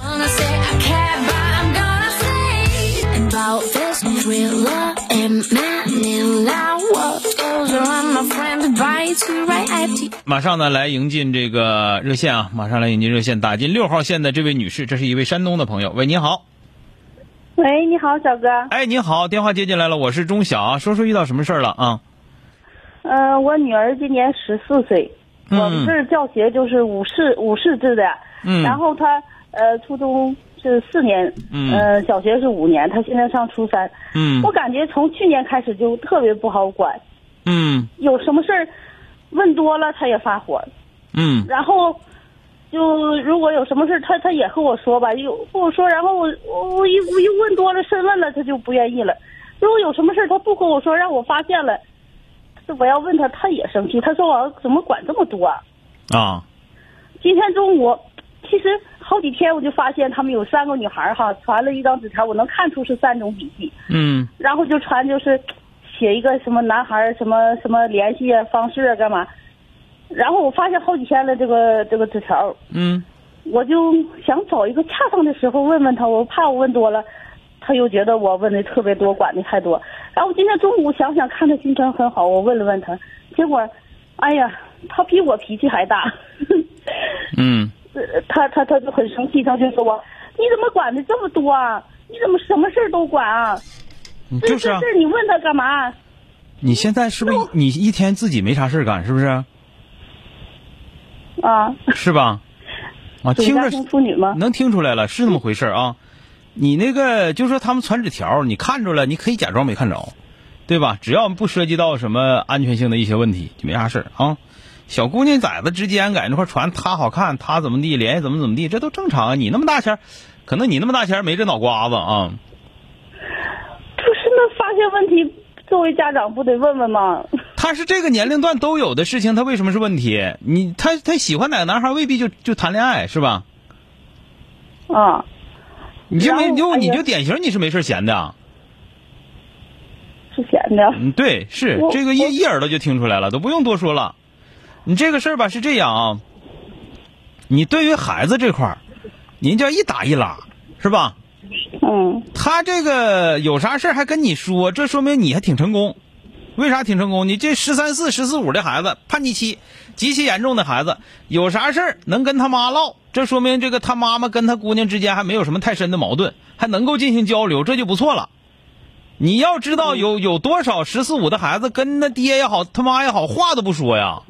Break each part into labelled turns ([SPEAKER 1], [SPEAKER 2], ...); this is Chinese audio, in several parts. [SPEAKER 1] Wanna say I care, but I'm gonna say about this real love and Manila. What goes around, my friend, bites you right at you.
[SPEAKER 2] 马上呢，来迎进这个热线啊！马上来迎进热线，打进六号线的这位女士，这是一位山东的朋友。喂，你好，
[SPEAKER 3] 喂，你好，小哥。
[SPEAKER 2] 哎，你好，电话接进来了，我是钟晓啊，说说遇到什么事儿了啊？
[SPEAKER 3] 嗯、我女儿今年十四岁，
[SPEAKER 2] 嗯
[SPEAKER 3] 我们这儿教学就是五市五市制的，
[SPEAKER 2] 嗯
[SPEAKER 3] 然后她呃初中是四年，
[SPEAKER 2] 嗯
[SPEAKER 3] 呃小学是五年，她现在上初三。
[SPEAKER 2] 嗯
[SPEAKER 3] 我感觉从去年开始就特别不好管，
[SPEAKER 2] 嗯
[SPEAKER 3] 有什么事儿问多了她也发火，
[SPEAKER 2] 嗯
[SPEAKER 3] 然后就如果有什么事儿她她也和我说吧，有和我说，然后我我我一我一问多了深问了，她就不愿意了。如果有什么事儿她不和我说，让我发现了，这我要问她，她也生气。她说我怎么管这么多啊、
[SPEAKER 2] 啊
[SPEAKER 3] 今天中午，其实好几天我就发现他们有三个女孩儿哈传了一张纸条，我能看出是三种笔迹，
[SPEAKER 2] 嗯
[SPEAKER 3] 然后就传就是写一个什么男孩儿什么什么联系啊方式啊干嘛。然后我发现好几天了，这个这个纸条，
[SPEAKER 2] 嗯
[SPEAKER 3] 我就想找一个恰当的时候问问他，我怕我问多了，他又觉得我问的特别多，管的太多。然后今天中午想想看他心情很好，我问了问他，结果，哎呀，他比我脾气还大，
[SPEAKER 2] 嗯
[SPEAKER 3] 呃他他他就很生气，他就说我你怎么管的这么多啊？你怎么什么事儿都管啊？
[SPEAKER 2] 嗯，
[SPEAKER 3] 这
[SPEAKER 2] 就是
[SPEAKER 3] 这
[SPEAKER 2] 啊
[SPEAKER 3] 事，儿你问他干嘛？
[SPEAKER 2] 你现在是不是一你一天自己没啥事儿干，是不是？
[SPEAKER 3] 啊，
[SPEAKER 2] 是吧？啊，
[SPEAKER 3] 属于
[SPEAKER 2] 听
[SPEAKER 3] 家
[SPEAKER 2] 着
[SPEAKER 3] 庭妇女吗？
[SPEAKER 2] 能听出来了，是那么回事儿啊。你那个就说他们传纸条，你看着了，你可以假装没看着，对吧？只要不涉及到什么安全性的一些问题，就没啥事儿啊。小姑娘崽子之间在那块传她好看，她怎么地，联系怎么怎么地，这都正常啊。你那么大前儿，可能你那么大前儿没这脑瓜子啊。
[SPEAKER 3] 就是那发现问题，作为家长不得问问吗？
[SPEAKER 2] 他是这个年龄段都有的事情，他为什么是问题？你他他喜欢哪个男孩，未必就就谈恋爱，是吧？
[SPEAKER 3] 啊，
[SPEAKER 2] 你就没
[SPEAKER 3] 然后
[SPEAKER 2] 你就
[SPEAKER 3] 哎呀
[SPEAKER 2] 你就典型你是没事儿闲的啊。
[SPEAKER 3] 是闲的。
[SPEAKER 2] 嗯，对，是
[SPEAKER 3] 我
[SPEAKER 2] 这个
[SPEAKER 3] 我
[SPEAKER 2] 一一耳朵就听出来了，都不用多说了。你这个事儿吧是这样啊，你对于孩子这块儿，您叫一打一拉，是吧？
[SPEAKER 3] 嗯
[SPEAKER 2] 他这个有啥事儿还跟你说，这说明你还挺成功。为啥挺成功？你这十三四、十四五的孩子，叛逆期极其严重的孩子，有啥事儿能跟他妈唠，这说明这个他妈妈跟他姑娘之间还没有什么太深的矛盾，还能够进行交流，这就不错了。你要知道
[SPEAKER 3] 嗯
[SPEAKER 2] 有有多少十四五的孩子跟他爹也好，他妈也好，话都不说呀。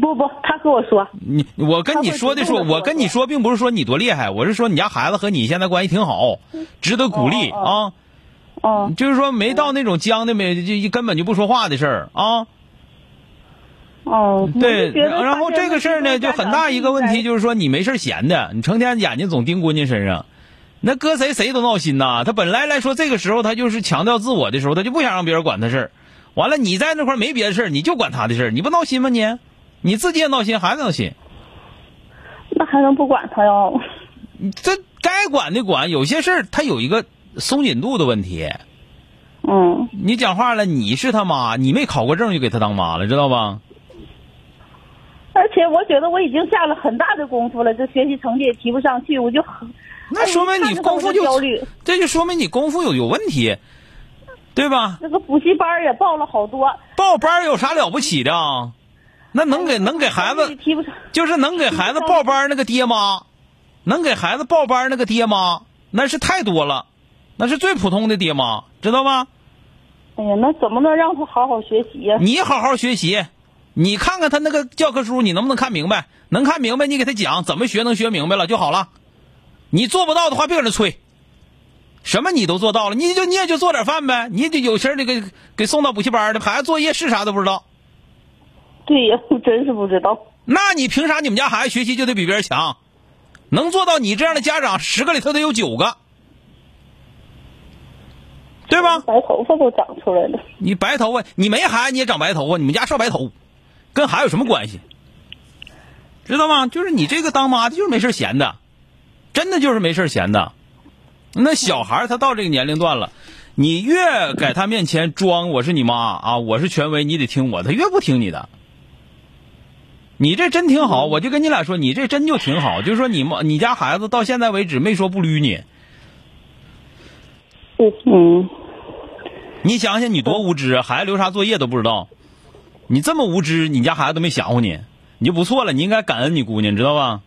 [SPEAKER 3] 不不，他和我说，
[SPEAKER 2] 你我跟你说的说，
[SPEAKER 3] 他会主动地
[SPEAKER 2] 我跟你说，并不是说你多厉害，我是说你家孩子和你现在关系挺好，值得鼓励
[SPEAKER 3] 哦
[SPEAKER 2] 啊。
[SPEAKER 3] 哦嗯，
[SPEAKER 2] 就是说没到那种僵的没就根本就不说话的事儿啊。
[SPEAKER 3] 哦，
[SPEAKER 2] 对，然后这个事儿呢，就很大一个问题，就是说你没事儿闲的，你成天眼睛总盯姑娘身上，那搁谁谁都闹心呐。他本来来说这个时候他就是强调自我的时候，他就不想让别人管他事儿。完了，你在那块儿没别的事儿，你就管他的事儿，你不闹心吗你？你自己也闹心，孩子闹心，
[SPEAKER 3] 那还能不管他哟？
[SPEAKER 2] 你这该管的管，有些事儿他有一个松紧度的问题。
[SPEAKER 3] 嗯，
[SPEAKER 2] 你讲话了，你是他妈，你没考过证就给他当妈了，知道吧？
[SPEAKER 3] 而且我觉得我已经下了很大的功夫了，这学习成绩也提不上去，我就很
[SPEAKER 2] 那说明你功夫就
[SPEAKER 3] 哎我看着他我就焦虑，
[SPEAKER 2] 这就说明你功夫有有问题，对吧？
[SPEAKER 3] 那个补习班儿也报了好多，
[SPEAKER 2] 报班儿有啥了不起的啊？那能
[SPEAKER 3] 哎
[SPEAKER 2] 给能给孩
[SPEAKER 3] 成
[SPEAKER 2] 子，
[SPEAKER 3] 绩提不上，
[SPEAKER 2] 就是能给孩子报班儿那个爹妈，能给孩子报班儿那个爹妈，那是太多了，那是最普通的爹妈，知道吗？
[SPEAKER 3] 哎呀，那怎么能让他好好学习 呀？
[SPEAKER 2] 你好好学习，你看看他那个教科书，你能不能看明白？能看明白，你给他讲怎么学，能学明白了就好了。你做不到的话，别搁那催。什么你都做到了，你就你也就做点饭呗，你就有心儿你给给送到补习班的孩子作业是啥都不知道，
[SPEAKER 3] 对呀，我真是不知道。
[SPEAKER 2] 那你凭啥你们家孩子学习就得比别人强？能做到你这样的家长，十个里头得有九个，对对吧？
[SPEAKER 3] 白头发都长出来了，
[SPEAKER 2] 你白头发，你没孩子你也长白头发，你们家少白头，跟孩子有什么关系？知道吗？就是你这个当妈的，就是没事闲的，真的就是没事闲的。那小孩儿他到这个年龄段了，你越在他面前装我是你妈啊，我是权威，你得听我的，他越不听你的。你这真挺好，我就跟你俩说，你这真就挺好，就是说你妈你家孩子到现在为止没说不捋你，
[SPEAKER 3] 嗯 嗯，
[SPEAKER 2] 你想想，你多无知，啊！孩子留啥作业都不知道。你这么无知，你家孩子都没享活你，你就不错了。你应该感恩你姑娘，知道 吧？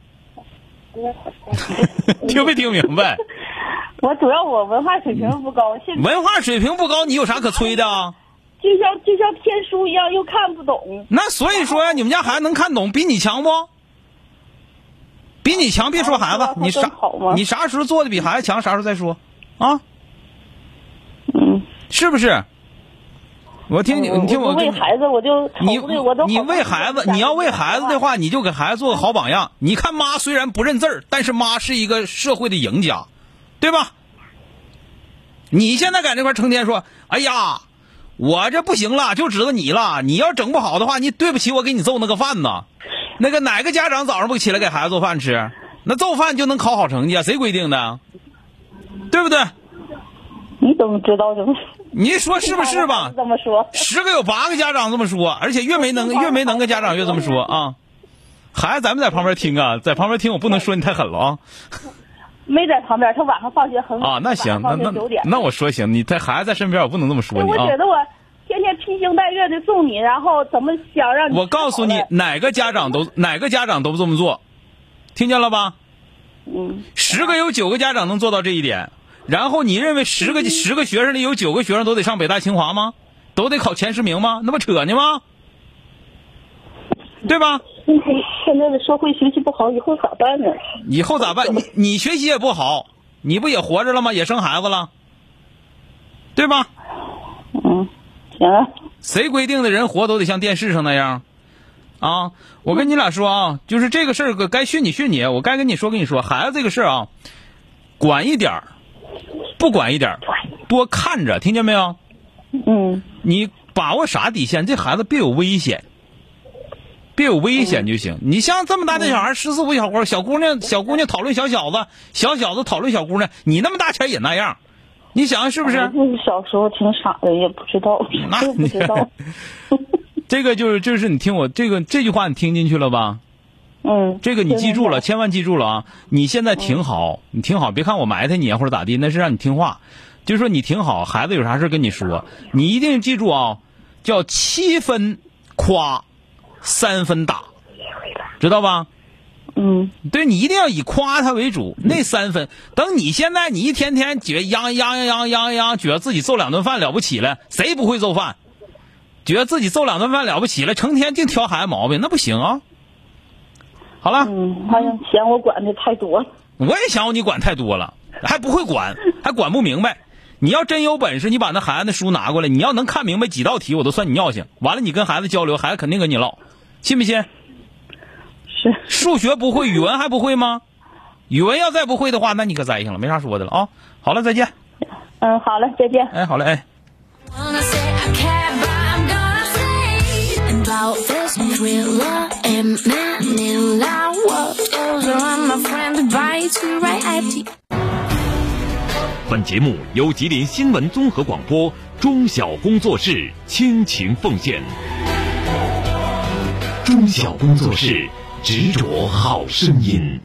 [SPEAKER 2] 听没听明白？
[SPEAKER 3] 我主要我文化水平不高，现在
[SPEAKER 2] 文化水平不高，你有啥可吹的啊？
[SPEAKER 3] 就像就像天书一样，又看不懂。
[SPEAKER 2] 那所以说呀，你们家孩子能看懂，比你强不？比你强，别说孩子，你
[SPEAKER 3] 啊那
[SPEAKER 2] 啥
[SPEAKER 3] 更好吗
[SPEAKER 2] 你啥时候做的比孩子强，啥时候再说啊？
[SPEAKER 3] 嗯，
[SPEAKER 2] 是不是？我听你，你听
[SPEAKER 3] 我
[SPEAKER 2] 我
[SPEAKER 3] 不
[SPEAKER 2] 跟
[SPEAKER 3] 为
[SPEAKER 2] 你
[SPEAKER 3] 孩子，我就愁
[SPEAKER 2] 你
[SPEAKER 3] 的我都
[SPEAKER 2] 你
[SPEAKER 3] 好
[SPEAKER 2] 为孩子，你要为孩子的，话，你就给孩子做个好榜样。你看妈虽然不认字儿，但是妈是一个社会的赢家，对吧？你现在在这块儿成天说，哎呀，我这不行了，就知道你了。你要整不好的话，你对不起我给你揍那个饭呢。那个哪个家长早上不起来给孩子做饭吃？那做饭就能考好成绩啊？谁规定的？对不对？
[SPEAKER 3] 你怎么知道这么？
[SPEAKER 2] 你说 是不是吧？
[SPEAKER 3] 这么说，
[SPEAKER 2] 十个有八个家长这么说，而且越没能越没能跟家长越这么说啊。孩子，咱们在旁边听啊，在旁边听，我不能说你太狠了啊
[SPEAKER 3] 没在旁边，他晚上放学嗯很晚
[SPEAKER 2] 啊！那行，那
[SPEAKER 3] 晚上
[SPEAKER 2] 那
[SPEAKER 3] 放学九点。
[SPEAKER 2] 那我说行，你在孩子在身边，我不能这么说
[SPEAKER 3] 哎
[SPEAKER 2] 你
[SPEAKER 3] 我觉
[SPEAKER 2] 啊。
[SPEAKER 3] 得我天天披星戴月的送你，然后怎么想让你
[SPEAKER 2] 我告诉
[SPEAKER 3] 吃
[SPEAKER 2] 你
[SPEAKER 3] 好，的
[SPEAKER 2] 哪个家长都哪个家长都不这么做，听见了吧？
[SPEAKER 3] 嗯，
[SPEAKER 2] 十个有九个家长能做到这一点，然后你认为十
[SPEAKER 3] 嗯
[SPEAKER 2] 个十个学生里有九个学生都得上北大清华吗？都得考前十名吗？那不扯呢吗？对吧？
[SPEAKER 3] 现在现在的社会学习不好，以后咋办呢？
[SPEAKER 2] 以后咋 办？你你学习也不好，你不也活着了吗？也生孩子了，对吧？
[SPEAKER 3] 嗯，行啊，
[SPEAKER 2] 谁规定的人活都得像电视上那样？啊，我跟你俩说啊，就是这个事儿，该训你训你，我该跟你说跟你说，孩子这个事儿啊，管一点儿，不管一点儿，多看着，听见没有？
[SPEAKER 3] 嗯
[SPEAKER 2] 你把握啥底线？这孩子别有危险，别有危险就行。你像这么大的小孩，十四五小伙，小姑娘，小姑娘讨论小小子，小小子讨论小姑娘，你那么大前也那样，你想想是不是？
[SPEAKER 3] 我小时候挺傻的，也不知道，
[SPEAKER 2] 那
[SPEAKER 3] 我也不知道。
[SPEAKER 2] 这个就是就是你听我这个这句话你听进去了吧？
[SPEAKER 3] 嗯，
[SPEAKER 2] 这个你记住了，
[SPEAKER 3] 听
[SPEAKER 2] 千万记住了啊！你现在挺好，你挺好，别看我埋汰你啊或者咋地，那是让你听话，就是说你挺好，孩子有啥事跟你说，你一定记住啊，叫七分夸，三分打，知道吧？
[SPEAKER 3] 着嗯，
[SPEAKER 2] 对你一定要以夸他为主，那三分。等你现在你一天天觉得泱泱泱泱泱，觉得自己揍两顿饭了不起了，谁不会揍饭？觉得自己揍两顿饭了不起了，成天净挑孩子毛病，那不行啊！好了，
[SPEAKER 3] 嗯，好像嫌我管的太多了。
[SPEAKER 2] 我也想你管太多了，还不会管，还管不明白。你要真有本事，你把那孩子的书拿过来，你要能看明白几道题，我都算你尿性。完了，你跟孩子交流，孩子肯定跟你唠，信不信？
[SPEAKER 3] 是，
[SPEAKER 2] 数学不会，语文还不会吗？语文要再不会的话，那你可栽性了，没啥说的了啊。好了，再见。
[SPEAKER 3] 嗯，好了，再见。
[SPEAKER 2] 哎，好嘞，哎。
[SPEAKER 1] Wanna say I care, but I'm gonna say about this thriller in Manila. What goes around my friend bites you right at the
[SPEAKER 4] 本节目由吉林新闻综合广播中小工作室倾情奉献。中小工作室执着好声音。